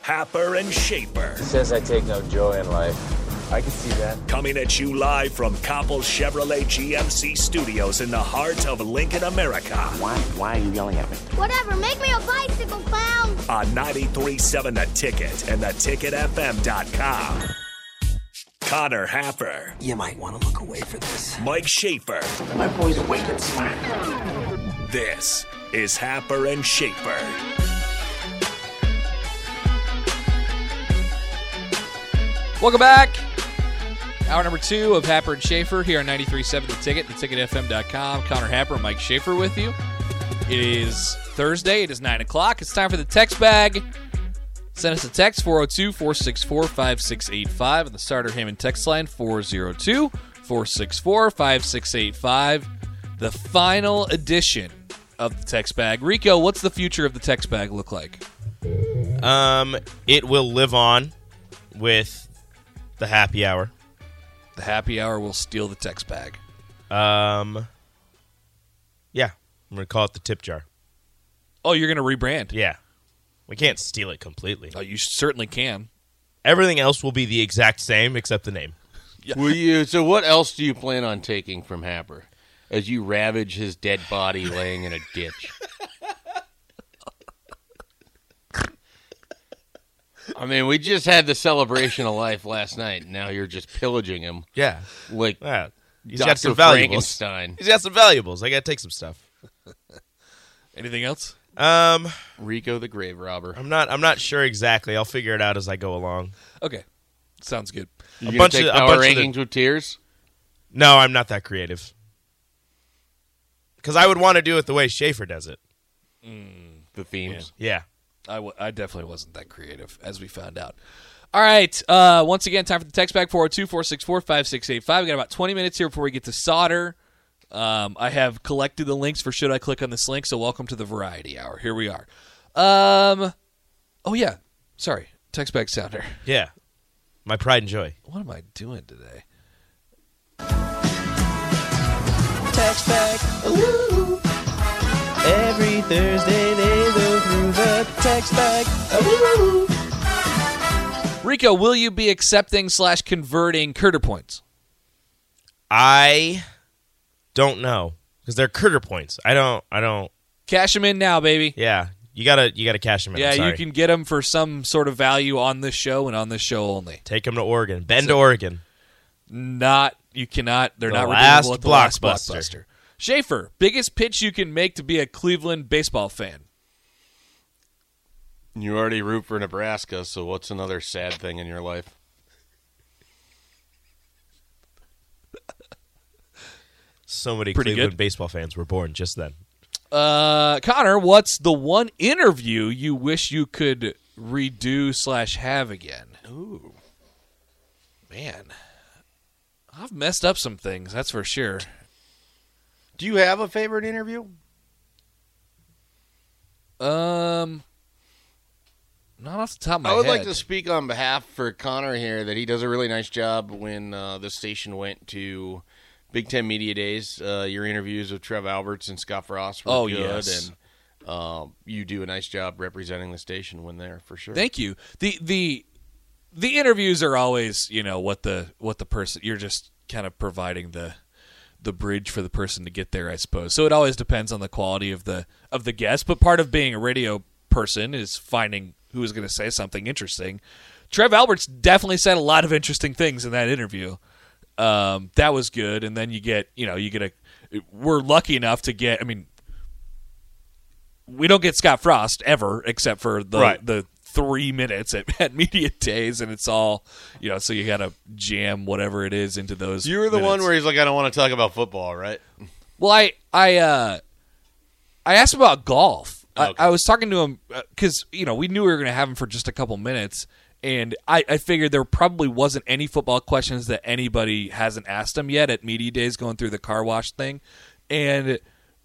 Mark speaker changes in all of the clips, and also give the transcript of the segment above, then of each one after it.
Speaker 1: Happer and Shaper.
Speaker 2: Says I take no joy in life. I can see that.
Speaker 1: Coming at you live from Copple Chevrolet GMC studios in the heart of Lincoln, America.
Speaker 3: Why, why are you yelling at me?
Speaker 4: Whatever, make me a bicycle clown.
Speaker 1: On 93.7 The Ticket and theticketfm.com. Connor Happer.
Speaker 5: You might want to look away for this.
Speaker 1: Mike Schaefer.
Speaker 6: My boy's awake and slack.
Speaker 1: This is Happer and Schaefer.
Speaker 7: Welcome back. Hour number two of Happer and Schaefer here on 93.7 The Ticket, theticketfm.com. Connor Happer, Mike Schaefer with you. It is Thursday. It is 9 o'clock. It's time for the text bag. Send us a text 402 464 5685 and the starter Hammond text line 402 464 5685. The final edition of the text bag. Rico, what's the future of the text bag look like?
Speaker 8: Um, it will live on with the happy hour.
Speaker 7: The happy hour will steal the text bag.
Speaker 8: Um. Yeah, I'm gonna call it the tip jar.
Speaker 7: Oh, you're gonna rebrand?
Speaker 8: Yeah. We can't steal it completely.
Speaker 7: Oh, you certainly can.
Speaker 8: Everything else will be the exact same except the name.
Speaker 9: Yeah. Will you? So, what else do you plan on taking from Happer as you ravage his dead body laying in a ditch? I mean, we just had the celebration of life last night. And now you're just pillaging him.
Speaker 8: Yeah,
Speaker 9: like
Speaker 8: yeah. he's
Speaker 9: Dr.
Speaker 8: got some valuables.
Speaker 9: Frankenstein.
Speaker 8: He's got some valuables. I got to take some stuff.
Speaker 7: Anything else?
Speaker 8: Um,
Speaker 9: Rico the grave robber.
Speaker 8: I'm not. I'm not sure exactly. I'll figure it out as I go along.
Speaker 7: Okay, sounds good.
Speaker 9: You a bunch take of power a bunch rankings of the, with tears.
Speaker 8: No, I'm not that creative. Because I would want to do it the way Schaefer does it.
Speaker 9: Mm, the themes.
Speaker 8: yeah. yeah.
Speaker 7: I, w- I definitely wasn't that creative, as we found out. All right. Uh, once again, time for the text back 402 464 5685. we got about 20 minutes here before we get to solder. Um, I have collected the links for Should I Click on This Link? So, welcome to the Variety Hour. Here we are. Um, oh, yeah. Sorry. Text back sounder.
Speaker 8: Yeah. My pride and joy.
Speaker 7: What am I doing today?
Speaker 10: Text back. Ooh. Every Thursday they go through the text bag. Ooh.
Speaker 7: Rico, will you be accepting slash converting Curter points?
Speaker 8: I don't know because they're Curter points. I don't. I don't.
Speaker 7: Cash them in now, baby.
Speaker 8: Yeah, you gotta you gotta cash them in.
Speaker 7: Yeah, you can get them for some sort of value on this show and on this show only.
Speaker 8: Take them to Oregon. Bend so, to Oregon.
Speaker 7: Not you cannot. They're
Speaker 8: the
Speaker 7: not
Speaker 8: last
Speaker 7: redeemable at the
Speaker 8: blockbuster.
Speaker 7: last blockbuster. Schaefer, biggest pitch you can make to be a Cleveland baseball fan.
Speaker 9: You already root for Nebraska, so what's another sad thing in your life?
Speaker 8: so many
Speaker 7: Pretty
Speaker 8: Cleveland
Speaker 7: good.
Speaker 8: baseball fans were born just then.
Speaker 7: Uh, Connor, what's the one interview you wish you could redo slash have again? Oh,
Speaker 9: Ooh,
Speaker 7: man, I've messed up some things. That's for sure.
Speaker 9: Do you have a favorite interview?
Speaker 7: Um, not off the top of my
Speaker 9: I would
Speaker 7: head.
Speaker 9: like to speak on behalf for Connor here that he does a really nice job when uh, the station went to Big Ten Media Days. Uh, your interviews with Trev Alberts and Scott Frost were
Speaker 7: Oh,
Speaker 9: good,
Speaker 7: yes.
Speaker 9: and uh, you do a nice job representing the station when there for sure.
Speaker 7: Thank you. the the The interviews are always, you know, what the what the person you're just kind of providing the the bridge for the person to get there, I suppose. So it always depends on the quality of the of the guest. But part of being a radio person is finding who is going to say something interesting. Trev Alberts definitely said a lot of interesting things in that interview. Um, that was good. And then you get, you know, you get a. We're lucky enough to get. I mean, we don't get Scott Frost ever, except for the
Speaker 8: Right.
Speaker 7: the three minutes at, at media days, and it's all, you know. So you got to jam whatever it is into those.
Speaker 9: You were the one
Speaker 7: minutes.
Speaker 9: where he's like, "I don't want to talk about football," right?
Speaker 7: Well, I I uh, I asked him about golf, I, I was talking to him because you know we knew we were going to have him for just a couple minutes, and I, I figured there probably wasn't any football questions that anybody hasn't asked him yet at media days going through the car wash thing, and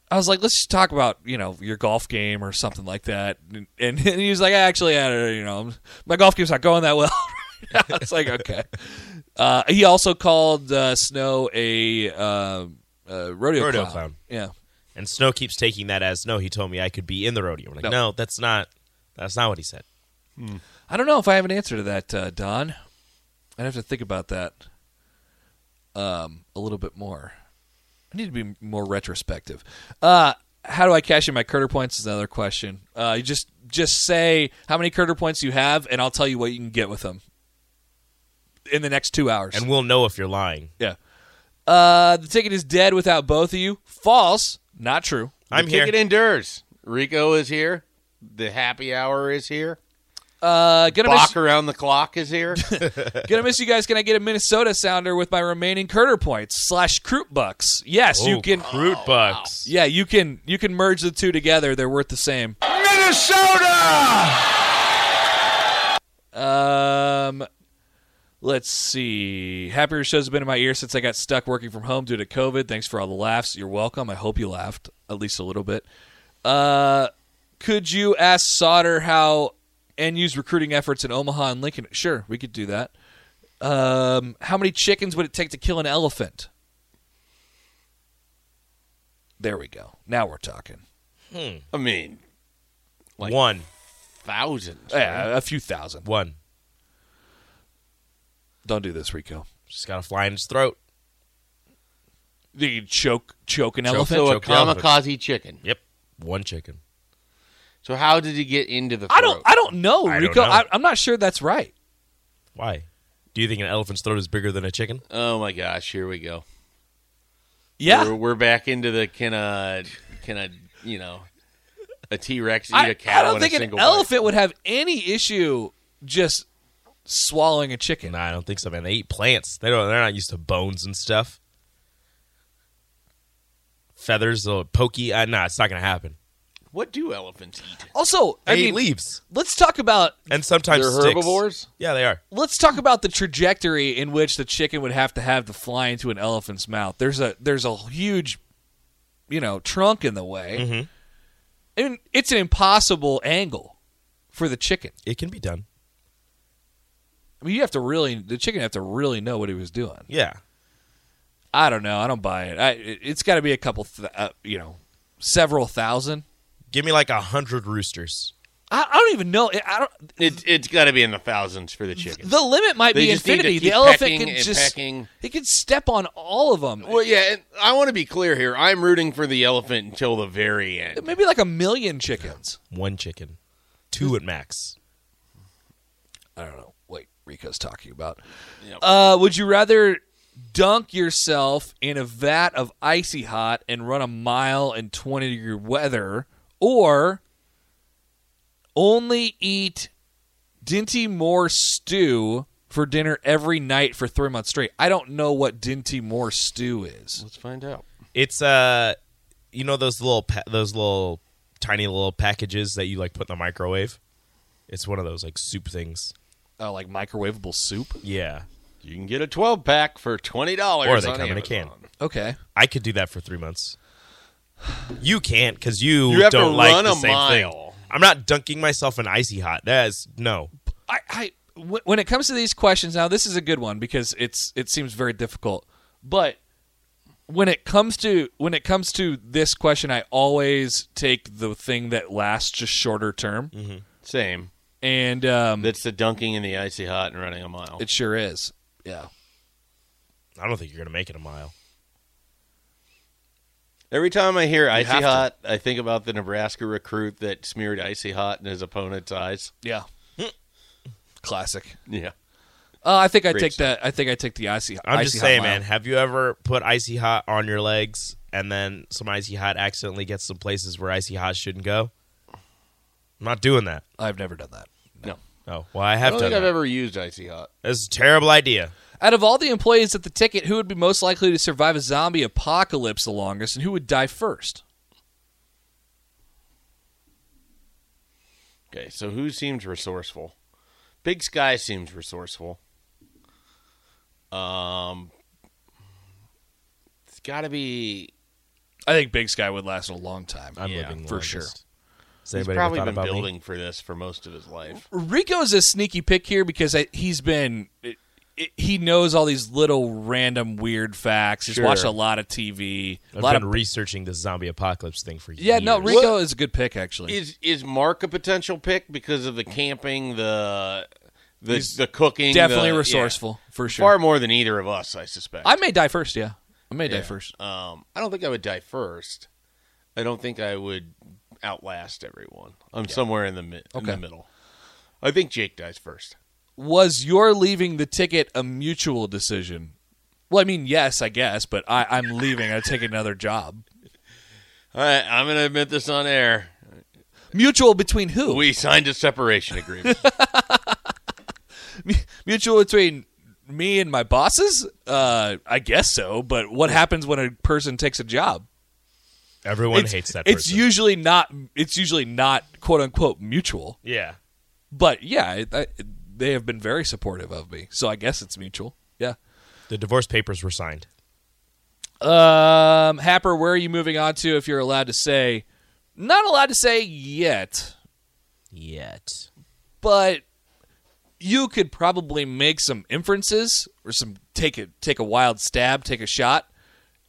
Speaker 7: I was like, let's just talk about you know your golf game or something like that, and, and he was like, actually, I don't, you know, my golf game's not going that well. it's like okay. Uh, he also called uh, Snow a uh, uh, rodeo,
Speaker 8: Rodeo
Speaker 7: clown.
Speaker 8: clown.
Speaker 7: Yeah,
Speaker 8: And Snow keeps taking that as no. He told me I could be in the rodeo. We're like,
Speaker 7: No.
Speaker 8: no, that's not. That's not what he said.
Speaker 7: I don't know if I have an answer to that, uh, Don. I'd have to think about that um, a little bit more. I need to be more retrospective. Uh, how do I cash in my Curter points? Is another question. Uh, you just just say how many Curter points you have, and I'll tell you what you can get with them in the next two hours.
Speaker 8: And we'll know if you're lying.
Speaker 7: Yeah. Uh, the ticket is dead without both of you. False. Not true.
Speaker 8: I'm
Speaker 9: the
Speaker 8: here.
Speaker 9: ticket endures. Rico is here. The happy hour is here.
Speaker 7: Uh, gonna
Speaker 9: Block
Speaker 7: miss,
Speaker 9: around the clock is here.
Speaker 7: gonna miss you guys. Can I get a Minnesota sounder with my remaining Curter points slash Croot bucks? Yes, you
Speaker 8: Ooh, Oh,
Speaker 7: can.
Speaker 8: Root bucks.
Speaker 7: Yeah, you can you can merge the two together. They're worth the same. Minnesota. Um, let's see. Happier shows have been in my ear since I got stuck working from home due to COVID. Thanks for all the laughs. You're welcome. I hope you laughed at least a little bit. Uh, could you ask Sauter how NU's recruiting efforts in Omaha and Lincoln? Sure, we could do that. Um, how many chickens would it take to kill an elephant? There we go. Now we're talking.
Speaker 9: I mean, Like-
Speaker 8: one.
Speaker 9: thousands.
Speaker 7: Yeah, a few thousand.
Speaker 8: One.
Speaker 7: Don't do this, Rico.
Speaker 8: Just got to fly in his throat.
Speaker 7: You can choke choke an elephant.
Speaker 9: So a
Speaker 8: Choke the elephant.
Speaker 9: kamikaze chicken.
Speaker 8: Yep. One chicken.
Speaker 9: So how did he get into the? Throat?
Speaker 7: I don't I don't know,
Speaker 8: I don't
Speaker 7: Rico.
Speaker 8: know.
Speaker 7: I, I'm not sure that's right.
Speaker 8: Why? Do you think an elephant's throat is bigger than a chicken?
Speaker 9: Oh my gosh! Here we go.
Speaker 7: Yeah,
Speaker 9: we're, we're back into the can a can a you know a T Rex eat
Speaker 7: I,
Speaker 9: a cow
Speaker 7: I don't
Speaker 9: in
Speaker 7: think
Speaker 9: a
Speaker 7: an
Speaker 9: single bite?
Speaker 7: elephant would have any issue just swallowing a chicken.
Speaker 8: No, I don't think so, man. They eat plants. They don't. They're not used to bones and stuff. Feathers, little pokey. Uh, nah, it's not gonna happen.
Speaker 9: What do elephants eat?
Speaker 7: Also,
Speaker 8: They
Speaker 7: I
Speaker 8: eat
Speaker 7: mean,
Speaker 8: leaves,
Speaker 7: let's talk about
Speaker 8: and sometimes
Speaker 9: They're
Speaker 8: sticks.
Speaker 9: herbivores.
Speaker 8: Yeah, they are.
Speaker 7: let's talk about the trajectory in which the chicken would have to have to fly into an elephant's mouth. There's a there's a huge, you know, trunk in the way,
Speaker 9: Mm-hmm.
Speaker 7: and it's an impossible angle for the chicken.
Speaker 8: It can be done.
Speaker 7: I mean, you have to really the chicken have to really know what he was doing.
Speaker 8: Yeah,
Speaker 7: I don't know. I don't buy it. I, it- it's got to be a couple, th- uh, you know, several thousand.
Speaker 8: give me like a hundred roosters.
Speaker 7: I, I don't even know. I- I don't.
Speaker 9: It, it's got to be in the thousands for the chicken.
Speaker 7: The limit might
Speaker 9: They
Speaker 7: be
Speaker 9: just need to
Speaker 7: infinity. The
Speaker 9: keep
Speaker 7: elephant
Speaker 9: pecking
Speaker 7: can
Speaker 9: and
Speaker 7: just
Speaker 9: pecking.
Speaker 7: he can step on all of them.
Speaker 9: well, yeah, and I want to be clear here. I'm rooting for the elephant until the very end.
Speaker 7: Maybe like a million chickens.
Speaker 8: One chicken, two at max.
Speaker 7: I don't know what Rico's talking about.
Speaker 9: Yep.
Speaker 7: Uh, would you rather dunk yourself in a vat of icy hot and run a mile in 20 degree weather or only eat Dinty Moore stew for dinner every night for three months straight? I don't know what Dinty Moore stew is.
Speaker 9: Let's find out.
Speaker 8: It's uh, you know those little pa- those little tiny little packages that you like put in the microwave. It's one of those like soup things.
Speaker 7: Oh, like microwavable soup?
Speaker 8: Yeah,
Speaker 9: You can get a 12 pack for twenty dollars.
Speaker 8: Or they come in a can.
Speaker 7: Okay.
Speaker 8: I could do that for three months. You can't because you,
Speaker 9: You have to
Speaker 8: don't like
Speaker 9: run
Speaker 8: the
Speaker 9: a
Speaker 8: same
Speaker 9: mile.
Speaker 8: thing. I'm not dunking myself in icy hot. That is no.
Speaker 7: I, I wh- when it comes to these questions now, this is a good one because it's it seems very difficult. But when it comes to when it comes to this question, I always take the thing that lasts just shorter term,
Speaker 8: Mm-hmm.
Speaker 9: Same.
Speaker 7: and um,
Speaker 9: That's the dunking in the icy hot and running a mile.
Speaker 7: it sure is. Yeah,
Speaker 8: I don't think you're gonna make it a mile.
Speaker 9: Every time I hear icy
Speaker 7: have to.
Speaker 9: hot, I think about the Nebraska recruit that smeared icy hot in his opponent's eyes.
Speaker 7: yeah,
Speaker 8: Hmm.
Speaker 7: classic.
Speaker 9: Yeah.
Speaker 7: Uh, I think I
Speaker 9: Great
Speaker 7: take
Speaker 9: stuff.
Speaker 7: that. I think I take the icy.
Speaker 8: I'm
Speaker 7: icy
Speaker 8: just
Speaker 7: hot
Speaker 8: saying,
Speaker 7: mile.
Speaker 8: man. Have you ever put icy hot on your legs and then some icy hot accidentally gets some places where icy hot shouldn't go? I'm not doing that.
Speaker 7: I've never done that.
Speaker 9: No.
Speaker 8: Oh well, I
Speaker 9: I
Speaker 8: have
Speaker 9: don't
Speaker 8: done
Speaker 9: think
Speaker 8: that.
Speaker 9: I've ever used icy hot.
Speaker 8: That's a terrible idea.
Speaker 7: Out of all the employees at the ticket, who would be most likely to survive a zombie apocalypse the longest, and who would die first?
Speaker 9: Okay, so who seems resourceful? Big Sky seems resourceful. Um, it's got to be.
Speaker 7: I think Big Sky would last a long time.
Speaker 8: I'm living
Speaker 7: for
Speaker 8: longest.
Speaker 7: sure.
Speaker 8: Has
Speaker 9: He's
Speaker 8: anybody ever
Speaker 9: probably
Speaker 8: thought
Speaker 9: been
Speaker 8: about me?
Speaker 9: building for this for most of his life.
Speaker 7: Rico's a sneaky pick here because I, he's been it, it, he knows all these little random weird facts. He's
Speaker 9: Sure.
Speaker 7: watched a lot of TV, a
Speaker 8: I've
Speaker 7: lot
Speaker 8: been
Speaker 7: of
Speaker 8: researching the zombie apocalypse thing for
Speaker 7: yeah.
Speaker 8: years.
Speaker 7: No, Rico is a good pick actually.
Speaker 9: Is is Mark a potential pick because of the camping, the the
Speaker 7: He's
Speaker 9: the cooking?
Speaker 7: Definitely
Speaker 9: the- uh, yeah.
Speaker 7: resourceful for sure.
Speaker 9: Far more than either of us, I suspect.
Speaker 7: I may die first. Yeah, I may die
Speaker 9: Yeah.
Speaker 7: first.
Speaker 9: Um, I don't think I would die first. I don't think I would outlast everyone. I'm somewhere in the mi- in the
Speaker 7: Okay.
Speaker 9: middle. I think Jake dies first.
Speaker 7: Was your leaving the ticket a mutual decision? Well, I mean, yes, I guess, but I, I'm leaving. I take another job.
Speaker 9: All right, I'm going to admit this on air.
Speaker 7: Mutual between who?
Speaker 9: We signed a separation agreement.
Speaker 7: mutual between me and my bosses? Uh, I guess so. But what happens when a person takes a job?
Speaker 8: Everyone
Speaker 7: it's,
Speaker 8: hates that
Speaker 7: It's
Speaker 8: person.
Speaker 7: usually not. It's usually not quote unquote mutual.
Speaker 8: Yeah.
Speaker 7: But yeah, it, I, they have been very supportive of me, so I guess it's mutual. Yeah.
Speaker 8: The divorce papers were signed.
Speaker 7: Um, Happer, where are you moving on to? If you're allowed to say, not allowed to say yet,
Speaker 8: Yet.
Speaker 7: but you could probably make some inferences or some take a take a wild stab, take a shot,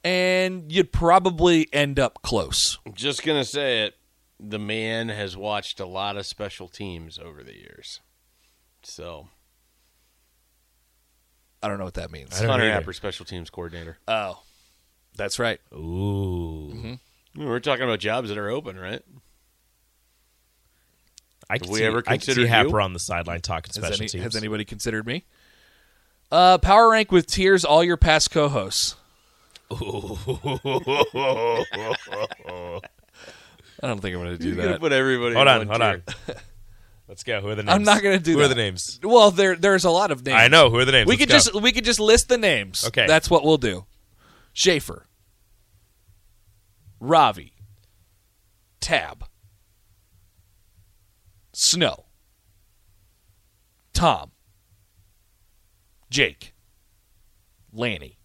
Speaker 7: and you'd probably end up close.
Speaker 9: I'm just going to say it. The man has watched a lot of special teams over the years. So,
Speaker 7: I don't know what that means.
Speaker 8: I don't
Speaker 9: Hunter
Speaker 8: either.
Speaker 9: Happer, special teams coordinator.
Speaker 7: Oh, that's right.
Speaker 8: Ooh.
Speaker 9: We're talking about jobs that are open, right?
Speaker 8: I could
Speaker 9: we
Speaker 8: see,
Speaker 9: ever
Speaker 8: I could see
Speaker 9: considered
Speaker 8: Happer
Speaker 9: you?
Speaker 8: on the sideline talking
Speaker 7: Has,
Speaker 8: special
Speaker 7: any-
Speaker 8: teams.
Speaker 7: has anybody considered me? Uh, power rank with tiers all your past co-hosts. I don't think I'm going to do
Speaker 9: You're going to
Speaker 7: that.
Speaker 9: put everybody
Speaker 8: hold
Speaker 9: in
Speaker 8: on, hold
Speaker 9: one tier.
Speaker 8: on. Let's go. Who are the names?
Speaker 7: I'm not going to do
Speaker 8: Who
Speaker 7: that.
Speaker 8: are the names?
Speaker 7: Well, there there's a lot of names.
Speaker 8: I know. Who are the names?
Speaker 7: We
Speaker 8: Let's
Speaker 7: could
Speaker 8: go.
Speaker 7: just we could just list the names.
Speaker 8: Okay.
Speaker 7: That's what we'll do. Schaefer. Ravi. Tab. Snow. Tom. Jake. Lanny.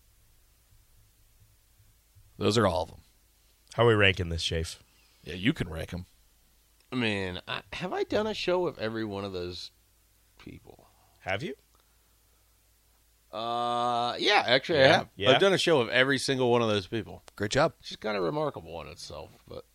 Speaker 7: Those are all of them.
Speaker 8: How are we ranking this, Shafe?
Speaker 7: Yeah, you can rank them.
Speaker 9: I mean, I, have I done a show with every one of those people?
Speaker 8: Have you?
Speaker 9: Uh, yeah, actually, I
Speaker 8: Yeah,
Speaker 9: have.
Speaker 8: yeah.
Speaker 9: I've done a show of every single one of those people.
Speaker 7: Great job.
Speaker 9: She's kind of remarkable in itself, but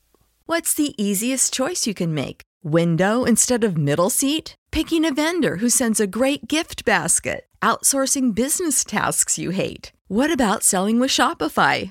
Speaker 3: What's the easiest choice you can make? Window instead of middle seat? Picking a vendor who sends a great gift basket? Outsourcing business tasks you hate? What about selling with Shopify?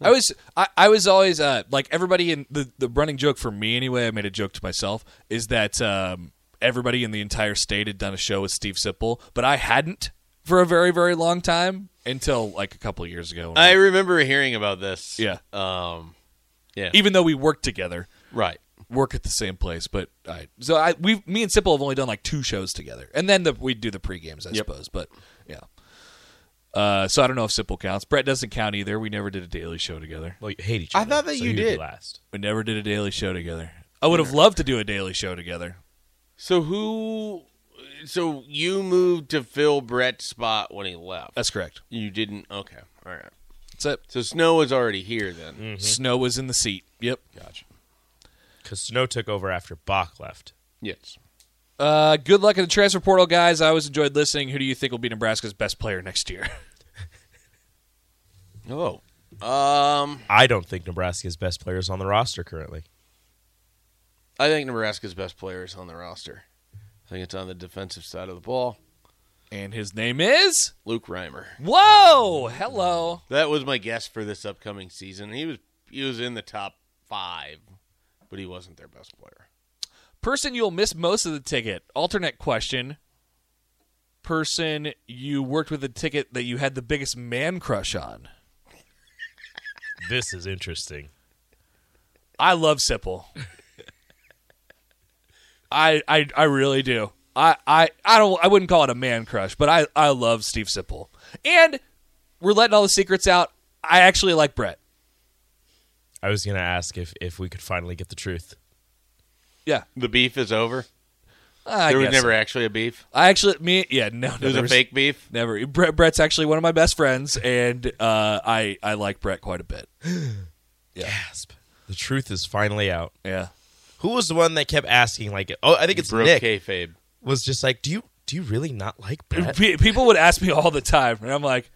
Speaker 7: I was I, I was always uh, like everybody in the the running joke for me anyway. I made a joke to myself is that um, everybody in the entire state had done a show with Steve Sipple, but I hadn't for a very very long time until like a couple of years ago.
Speaker 9: I remember hearing about this.
Speaker 7: yeah,
Speaker 9: Um, yeah.
Speaker 7: even though we worked together,
Speaker 9: right.
Speaker 7: work at the same place, but I so I we me and Sipple have only done like two shows together, and then the, we do the pre games I suppose. But yeah, Uh, so I don't know if Simple counts. Brett doesn't count either. We never did a daily show together.
Speaker 8: Well, you hate each
Speaker 9: I
Speaker 8: other.
Speaker 9: thought that
Speaker 8: so
Speaker 9: you
Speaker 8: you'd be
Speaker 9: did.
Speaker 8: last.
Speaker 7: We never did a daily show together. I would have loved to do a daily show together.
Speaker 9: So who? So you moved to fill Brett's spot when he left.
Speaker 7: That's correct.
Speaker 9: You didn't. Okay. All right.
Speaker 7: That's it.
Speaker 9: So Snow was already here then.
Speaker 7: Snow was in the seat. Yep.
Speaker 8: Gotcha. Because Snow took over after Bach left.
Speaker 9: Yes.
Speaker 7: Uh, good luck in the transfer portal, guys. I always enjoyed listening. Who do you think will be Nebraska's best player next year?
Speaker 9: Oh. Um.
Speaker 8: I don't think Nebraska's best player is on the roster currently.
Speaker 9: I think Nebraska's best player is on the roster. I think it's on the defensive side of the ball.
Speaker 7: and his name is
Speaker 9: Luke Reimer.
Speaker 7: Whoa! Hello.
Speaker 9: That was my guess for this upcoming season. He was he was in the top five, but he wasn't their best player.
Speaker 7: Person you'll miss most of the ticket. Alternate question. Person you worked with a ticket that you had the biggest man crush on.
Speaker 8: This is interesting.
Speaker 7: I love Sipple. I, I I really do. I, I I don't I wouldn't call it a man crush, but I, I love Steve Sipple. And we're letting all the secrets out. I actually like Brett.
Speaker 8: I was gonna ask if if we could finally get the truth.
Speaker 7: Yeah.
Speaker 9: The beef is over.
Speaker 7: I
Speaker 9: there was
Speaker 7: guess
Speaker 9: never
Speaker 7: so.
Speaker 9: actually a beef.
Speaker 7: I actually me yeah, no, no
Speaker 9: It was
Speaker 7: there
Speaker 9: a fake beef.
Speaker 7: Never. Brett, Brett's actually one of my best friends, and uh, I I like Brett quite a bit.
Speaker 8: Gasp. The truth is finally out.
Speaker 7: Yeah.
Speaker 8: Who was the one that kept asking? Like, oh, I think it's
Speaker 9: Broke
Speaker 8: Nick.
Speaker 9: kayfabe.
Speaker 8: Was just like, do you do you really not like Brett?
Speaker 7: Pe- people would ask me all the time, and I'm like,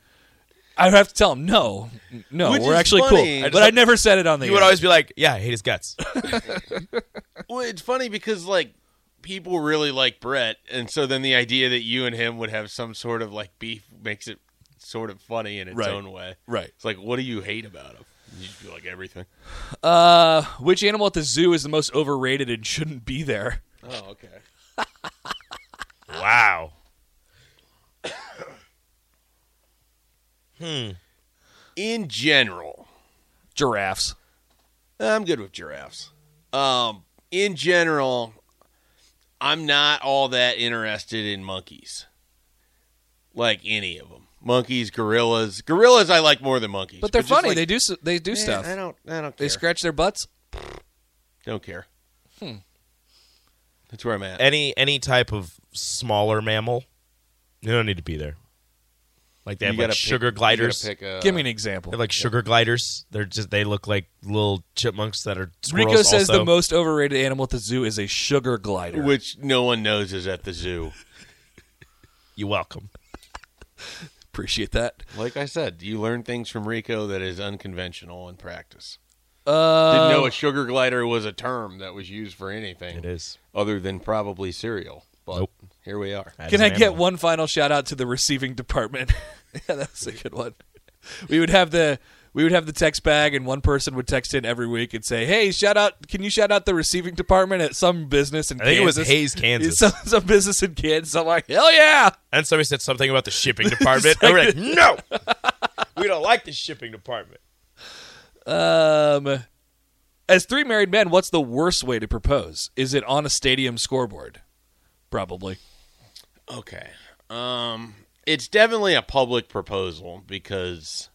Speaker 7: I have to tell them no, no,
Speaker 9: Which
Speaker 7: we're
Speaker 9: is
Speaker 7: actually
Speaker 9: funny.
Speaker 7: cool. but I never said it on the.
Speaker 8: You would
Speaker 7: air.
Speaker 8: always be like, yeah, I hate his guts.
Speaker 9: Well, it's funny because like people really like Brett, and so then the idea that you and him would have some sort of like beef makes it sort of funny in its
Speaker 7: Right.
Speaker 9: own way.
Speaker 7: Right.
Speaker 9: It's like, what do you hate about him? You just be like everything.
Speaker 7: Uh, which animal at the zoo is the most overrated and shouldn't be there?
Speaker 9: Oh, okay.
Speaker 8: wow. Hmm.
Speaker 9: In general,
Speaker 7: Giraffes.
Speaker 9: I'm good with giraffes. Um, in general, I'm not all that interested in monkeys, like any of them. Monkeys, gorillas, gorillas. I like more than monkeys,
Speaker 7: But they're
Speaker 9: just
Speaker 7: funny.
Speaker 9: like,
Speaker 7: they do s- they do
Speaker 9: "Eh,
Speaker 7: stuff.
Speaker 9: I don't. I don't care.
Speaker 7: They scratch their butts.
Speaker 9: Don't care. Hmm. That's where I'm at.
Speaker 8: Any any type of smaller mammal, you don't need to be there. Like they have
Speaker 9: You gotta
Speaker 8: like
Speaker 9: pick-
Speaker 8: sugar
Speaker 9: you gotta
Speaker 8: gliders.
Speaker 9: pick a-
Speaker 7: Give me an example.
Speaker 8: They have like sugar gliders. They're just they look like little chipmunks that are squirrels.
Speaker 7: Rico says
Speaker 8: also.
Speaker 7: the most overrated animal at the zoo is a sugar glider.
Speaker 9: which no one knows is at the zoo.
Speaker 8: You welcome.
Speaker 7: Appreciate that.
Speaker 9: Like I said, you learn things from Rico that is unconventional in practice.
Speaker 7: Uh,
Speaker 9: Didn't know a sugar glider was a term that was used for anything
Speaker 8: It is.
Speaker 9: other than probably cereal. But
Speaker 8: Nope.
Speaker 9: here we are.
Speaker 8: That
Speaker 7: Can
Speaker 8: is
Speaker 7: I
Speaker 8: an
Speaker 7: get
Speaker 8: animal.
Speaker 7: one final shout out to the receiving department? yeah, that's a good one. We would have the we would have the text bag, and one person would text in every week and say, "Hey, shout out! Can you shout out the receiving department at some business in
Speaker 8: I think it was
Speaker 7: Kansas?
Speaker 8: Hayes, Kansas.
Speaker 7: Some, some business in Kansas." I'm like, "Hell yeah!"
Speaker 8: And somebody said something about the shipping department. and we're like, no, we don't like the shipping department.
Speaker 7: Um, as three married men, what's the worst way to propose? Is it on a stadium scoreboard? Probably.
Speaker 9: Okay. Um it's definitely a public proposal because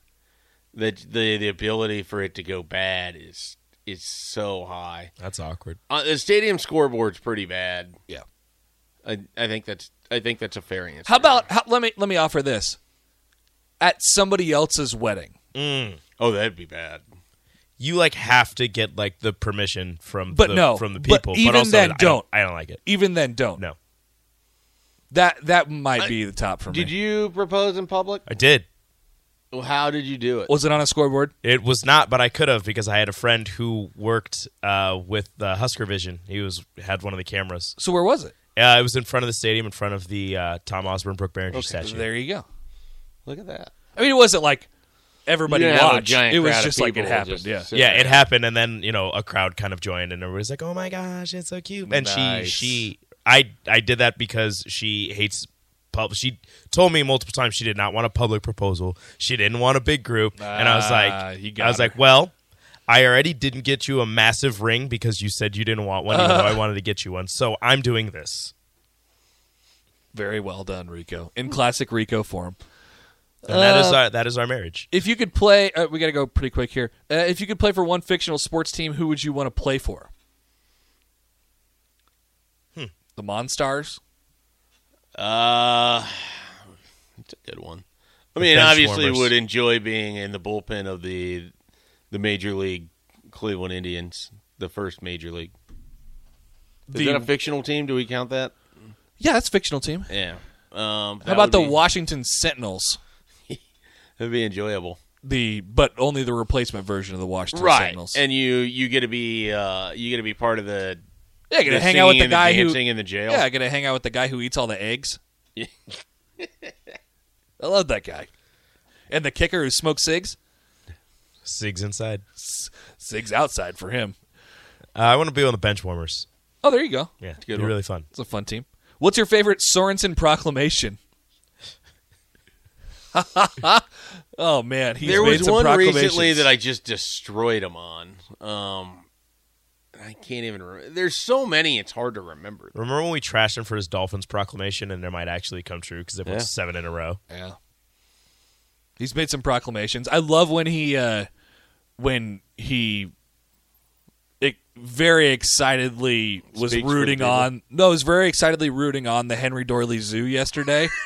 Speaker 9: the the the ability for it to go bad is is so high.
Speaker 8: That's awkward.
Speaker 9: Uh, the stadium scoreboard's pretty bad.
Speaker 7: Yeah.
Speaker 9: I I think that's I think that's a fair answer.
Speaker 7: How about how, let me let me offer this at somebody else's wedding.
Speaker 9: Oh, that'd be bad.
Speaker 8: You like have to get like the permission from
Speaker 7: But
Speaker 8: the,
Speaker 7: no,
Speaker 8: from the
Speaker 7: but
Speaker 8: people.
Speaker 7: even
Speaker 8: also,
Speaker 7: then,
Speaker 8: I
Speaker 7: don't.
Speaker 8: I don't like it.
Speaker 7: Even then, don't.
Speaker 8: No,
Speaker 7: That that might be the top for
Speaker 9: Did
Speaker 7: me.
Speaker 9: you propose in public?
Speaker 8: I did.
Speaker 9: Well, How did you do it?
Speaker 7: Was it on a scoreboard?
Speaker 8: It was not, but I could have because I had a friend who worked uh, with uh, Husker Vision. He was had one of the cameras.
Speaker 7: So where was it?
Speaker 8: Uh, it was in front of the stadium, in front of the uh, Tom Osborne Brooke Barringer statue.
Speaker 7: There you go.
Speaker 9: Look at that.
Speaker 7: I mean, it wasn't like everybody
Speaker 9: You didn't have a
Speaker 7: watched.
Speaker 9: giant
Speaker 7: It was
Speaker 9: crowd of
Speaker 7: just like it
Speaker 9: people
Speaker 7: happened.
Speaker 9: just
Speaker 7: yeah.
Speaker 9: sit-
Speaker 8: yeah, it happened, and then you know a crowd kind of joined, and everybody's like, "Oh my gosh, it's so cute!" And
Speaker 9: Nice.
Speaker 8: she, she, I, I did that because she hates. Pub- she told me multiple times she did not want a public proposal. She didn't want a big group, and I was
Speaker 7: Ah,
Speaker 8: like,
Speaker 7: you got
Speaker 8: I was
Speaker 7: her.
Speaker 8: like, well, I already didn't get you a massive ring because you said you didn't want one, even though I wanted to get you one. So I'm doing this.
Speaker 7: Very well done, Rico. In classic Rico form.
Speaker 8: And that is our that is our marriage.
Speaker 7: If you could play, uh, we got to go pretty quick here. Uh, if you could play for one fictional sports team, who would you want to play for?
Speaker 8: Hmm.
Speaker 7: The Monstars.
Speaker 3: Uh, it's a good one. I mean,
Speaker 8: bench
Speaker 3: obviously,
Speaker 8: warmers.
Speaker 3: would enjoy being in the bullpen of the the major league Cleveland Indians, the first major league. Is
Speaker 7: The-
Speaker 3: that a fictional team? Do we count that?
Speaker 7: Yeah, that's a fictional team.
Speaker 3: Yeah. Um,
Speaker 7: How about the Washington Sentinels?
Speaker 3: It'd be enjoyable.
Speaker 7: The but only the replacement version of the Washington
Speaker 3: right?
Speaker 7: Sentinels.
Speaker 3: And you you get to be uh, you get to be part of the
Speaker 7: yeah, gonna
Speaker 3: the
Speaker 7: hang out with
Speaker 3: singing
Speaker 7: the
Speaker 3: and
Speaker 7: guy who
Speaker 3: dancing in the jail.
Speaker 7: Yeah, gonna hang out with the guy who eats all the eggs.
Speaker 3: Yeah.
Speaker 7: I love that guy. And the kicker who smokes cigs,
Speaker 8: Sigs inside.
Speaker 7: cigs outside for him.
Speaker 8: Uh, I want to be on the bench warmers.
Speaker 7: Oh, there you go.
Speaker 8: Yeah, it's
Speaker 3: good
Speaker 8: be
Speaker 3: one.
Speaker 8: really fun.
Speaker 7: It's a fun team. What's your favorite Sorensen proclamation? oh man, he's
Speaker 3: there
Speaker 7: made
Speaker 3: was
Speaker 7: some
Speaker 3: one
Speaker 7: proclamations.
Speaker 3: recently that I just destroyed him on. Um, I can't even remember. There's so many, it's hard to remember.
Speaker 8: Remember when we trashed him for his Dolphins proclamation, and it might actually come true because it
Speaker 3: Yeah.
Speaker 8: was seven in a row.
Speaker 7: Yeah. He's made some proclamations. I love when he uh when he it, very excitedly was
Speaker 3: Speaks for
Speaker 7: rooting
Speaker 3: the people.
Speaker 7: on no, was very excitedly rooting on the Henry Dorley Zoo yesterday.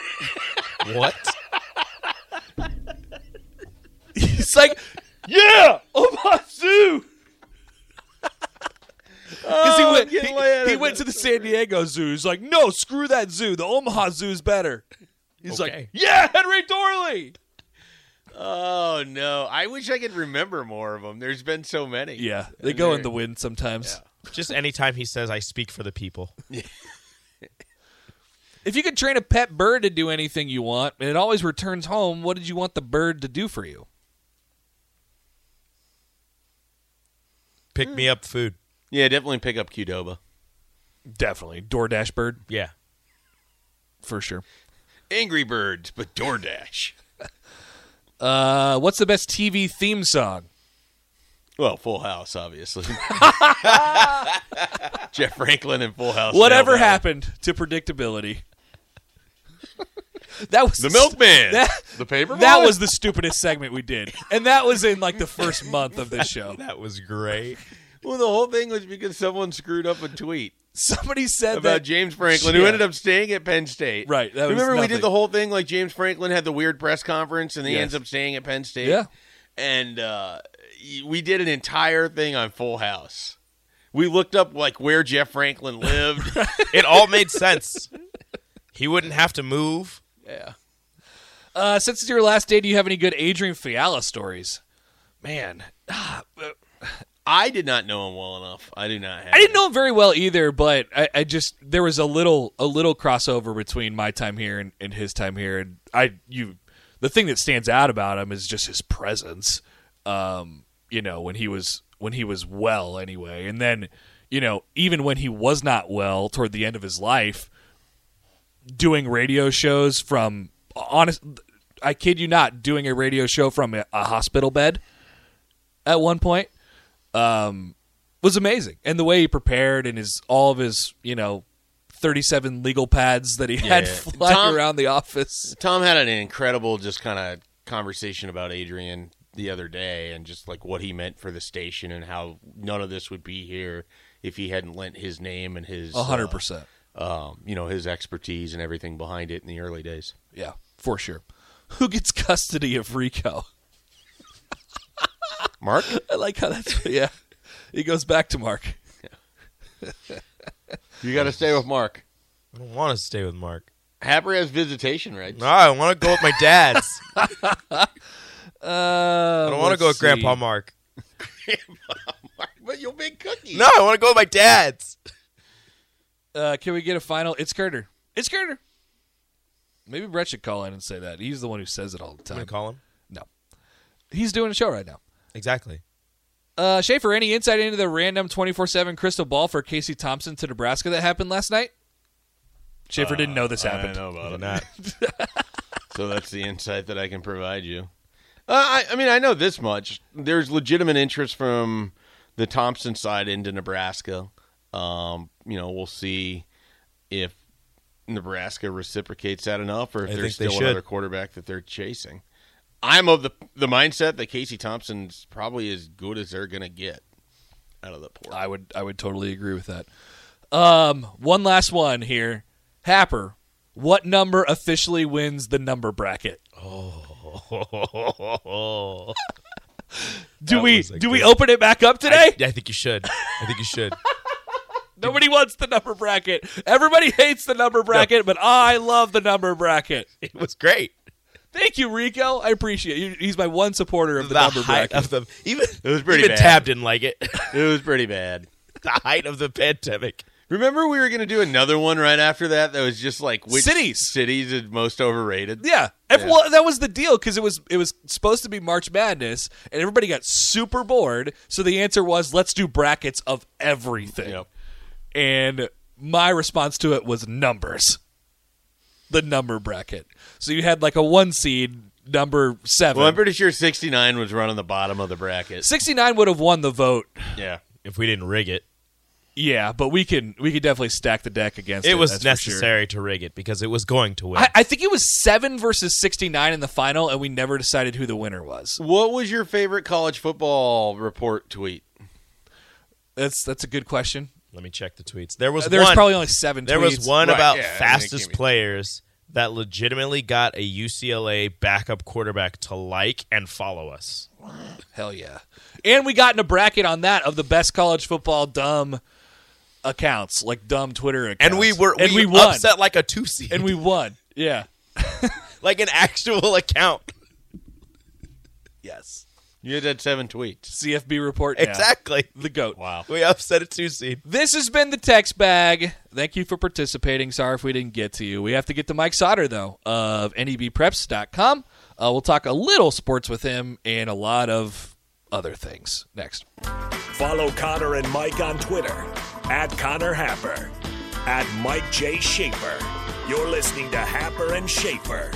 Speaker 8: What?
Speaker 7: He's like, "Yeah, oh my zoo." Because
Speaker 3: Oh, I'm
Speaker 7: he
Speaker 3: getting
Speaker 7: went,
Speaker 3: laid
Speaker 7: he, he
Speaker 3: up.
Speaker 7: went to the San Diego Zoo. He's like, no, screw that zoo. The Omaha Zoo's better. He's like,
Speaker 8: Okay.
Speaker 7: yeah, Henry Dorley.
Speaker 3: Oh no! I wish I could remember more of them. There's been so many.
Speaker 7: Yeah, they go in the wind sometimes.
Speaker 8: Just anytime he says, "I speak for the people."
Speaker 7: If you could train a pet bird to do anything you want and it always returns home, what did you want the bird to do for you?
Speaker 8: Pick me up food.
Speaker 3: Yeah, definitely pick up Qdoba.
Speaker 7: Definitely. DoorDash bird,
Speaker 8: Yeah.
Speaker 7: for sure.
Speaker 3: Angry Birds, but DoorDash.
Speaker 7: Uh, what's the best TV theme song?
Speaker 3: Well, Full House, obviously. Jeff Franklin and Full House.
Speaker 7: Whatever
Speaker 3: nailed that
Speaker 7: happened to predictability? that was
Speaker 3: one. The Milkman.
Speaker 7: That-
Speaker 3: the paper.
Speaker 7: That was the stupidest segment we did. And that was in like the first month of this show.
Speaker 8: That was great.
Speaker 3: well. The whole thing was because someone screwed up a tweet
Speaker 7: Somebody said
Speaker 3: about
Speaker 7: that
Speaker 3: James Franklin, who
Speaker 7: Yeah.
Speaker 3: ended up staying at Penn State.
Speaker 7: Right, that was
Speaker 3: Remember we
Speaker 7: nothing.
Speaker 3: did the whole thing like James Franklin had the weird press conference and he
Speaker 7: Yes.
Speaker 3: ends up staying at Penn State.
Speaker 7: Yeah.
Speaker 3: And uh, y- we did an entire thing on Full House. We looked up like where Jeff Franklin lived.
Speaker 8: It all made sense. He wouldn't have to move.
Speaker 3: yeah.
Speaker 7: Uh, since it's your last day, do you have any good Adrian Fiala stories? Man,
Speaker 3: I did not know him well enough. I do not have.
Speaker 7: I didn't know him very well either, but I, I just there was a little a little crossover between my time here and, and his time here, and I you the thing that stands out about him is just his presence. Um, you know when he was when he was well anyway, and then you know even when he was not well toward the end of his life, doing radio shows from honest, I kid you not, doing a radio show from a, a hospital bed at one point um, was amazing, and the way he prepared and his all of his you know thirty-seven legal pads that he had
Speaker 3: Yeah.
Speaker 7: flying
Speaker 3: Tom-
Speaker 7: around the office.
Speaker 3: Tom had an incredible just kind of conversation about Adrian the other day and just like what he meant for the station and how none of this would be here if he hadn't lent his name and his
Speaker 7: A hundred percent,
Speaker 3: uh, um, you know his expertise and everything behind it in the early days.
Speaker 7: yeah, for sure. Who gets custody of Rico?
Speaker 3: Mark,
Speaker 7: I like how that's yeah. He goes back to Mark.
Speaker 3: you got to stay with Mark.
Speaker 8: I don't want to stay with Mark.
Speaker 3: Happer has visitation rights.
Speaker 8: No, I want to go with my dad's. I don't want to go with Grandpa Mark.
Speaker 3: But you'll make cookies.
Speaker 8: No, I want to go with my dad's.
Speaker 7: Uh, can we get a final? It's Carter. It's Carter. Maybe Brett should call in and say that. He's the one who says it all the
Speaker 8: I'm
Speaker 7: time.
Speaker 8: gonna call him.
Speaker 7: No, he's doing a show right now.
Speaker 8: Exactly.
Speaker 7: Uh, Schaefer, any insight into the random 24 7 crystal ball for Casey Thompson to Nebraska that happened last night? Schaefer didn't Uh, know this
Speaker 3: I
Speaker 7: happened.
Speaker 3: know about
Speaker 8: Why
Speaker 3: it.
Speaker 8: not?
Speaker 3: So that's the insight that I can provide you. Uh, I, I mean, I know this much. There's legitimate interest from the Thompson side into Nebraska. Um, you know, we'll see if Nebraska reciprocates that enough, or if
Speaker 8: I
Speaker 3: there's
Speaker 8: think they
Speaker 3: still
Speaker 8: should.
Speaker 3: another quarterback that they're chasing.
Speaker 9: I'm of the the mindset that Casey Thompson's probably as good as they're gonna get out of the port.
Speaker 7: I would I would totally agree with that. Um, one last one here. Happer, what number officially wins the number bracket?
Speaker 8: Oh.
Speaker 7: do
Speaker 8: That
Speaker 7: we
Speaker 8: was
Speaker 7: do
Speaker 8: a
Speaker 7: we
Speaker 8: good-
Speaker 7: open it back up today?
Speaker 8: I, I think you should. I think you should.
Speaker 7: Nobody wants the number bracket. Everybody hates the number bracket, but I love the number bracket.
Speaker 8: It was great.
Speaker 7: Thank you, Rico. I appreciate you. He's my one supporter of the, number
Speaker 8: height
Speaker 7: bracket.
Speaker 8: of the even
Speaker 9: It was pretty
Speaker 8: even
Speaker 9: bad.
Speaker 8: Tab didn't like it.
Speaker 9: It was pretty bad.
Speaker 8: the height of the pandemic.
Speaker 9: Remember, we were going to do another one right after that. That was just like which
Speaker 7: Cities.
Speaker 9: cities is most overrated.
Speaker 7: Yeah. Ev-
Speaker 9: Yeah.
Speaker 7: Well, that was the deal because it was it was supposed to be March Madness, and everybody got super bored. So the answer was, let's do brackets of everything.
Speaker 9: Yep.
Speaker 7: And my response to it was numbers, the number bracket. So you had like a one seed number seven.
Speaker 9: Well, I'm pretty sure 69 was running the bottom of the bracket.
Speaker 7: 69 would have won the vote.
Speaker 9: Yeah,
Speaker 8: If we didn't rig it,
Speaker 7: Yeah, but we can we can definitely stack the deck against it.
Speaker 8: it was
Speaker 7: that's for sure.
Speaker 8: necessary to rig it because it was going to win.
Speaker 7: I, I think it was seven versus sixty nine in the final, and we never decided who the winner was.
Speaker 9: What was your favorite college football report tweet?
Speaker 7: That's that's a good question.
Speaker 8: Let me check the tweets. There was
Speaker 7: Uh, there was
Speaker 8: one-
Speaker 7: probably only seven
Speaker 8: There
Speaker 7: tweets.
Speaker 8: was one
Speaker 9: Right,
Speaker 8: about
Speaker 9: yeah, I mean, it can't
Speaker 8: fastest
Speaker 9: be-
Speaker 8: players that legitimately got a UCLA backup quarterback to like and follow us.
Speaker 7: Hell yeah! And we got in a bracket on that of the best college football dumb accounts, like dumb Twitter accounts,
Speaker 8: And we were
Speaker 7: and we,
Speaker 8: we,
Speaker 7: won,
Speaker 8: upset like a two seed,
Speaker 7: and we won. Yeah.
Speaker 8: like an actual account.
Speaker 7: Yes.
Speaker 9: You had that seven tweets.
Speaker 7: CFB report. now.
Speaker 8: Exactly,
Speaker 7: The goat. Wow.
Speaker 8: we upset a two seed.
Speaker 7: This has been the text bag. Thank you for participating. Sorry if we didn't get to you. We have to get to Mike Sauter, though, of E NEBpreps.com. Uh, we'll talk a little sports with him and a lot of other things next.
Speaker 1: Follow Connor and Mike on Twitter at Connor Happer, at Mike J. Schaefer. You're listening to Happer and Schaefer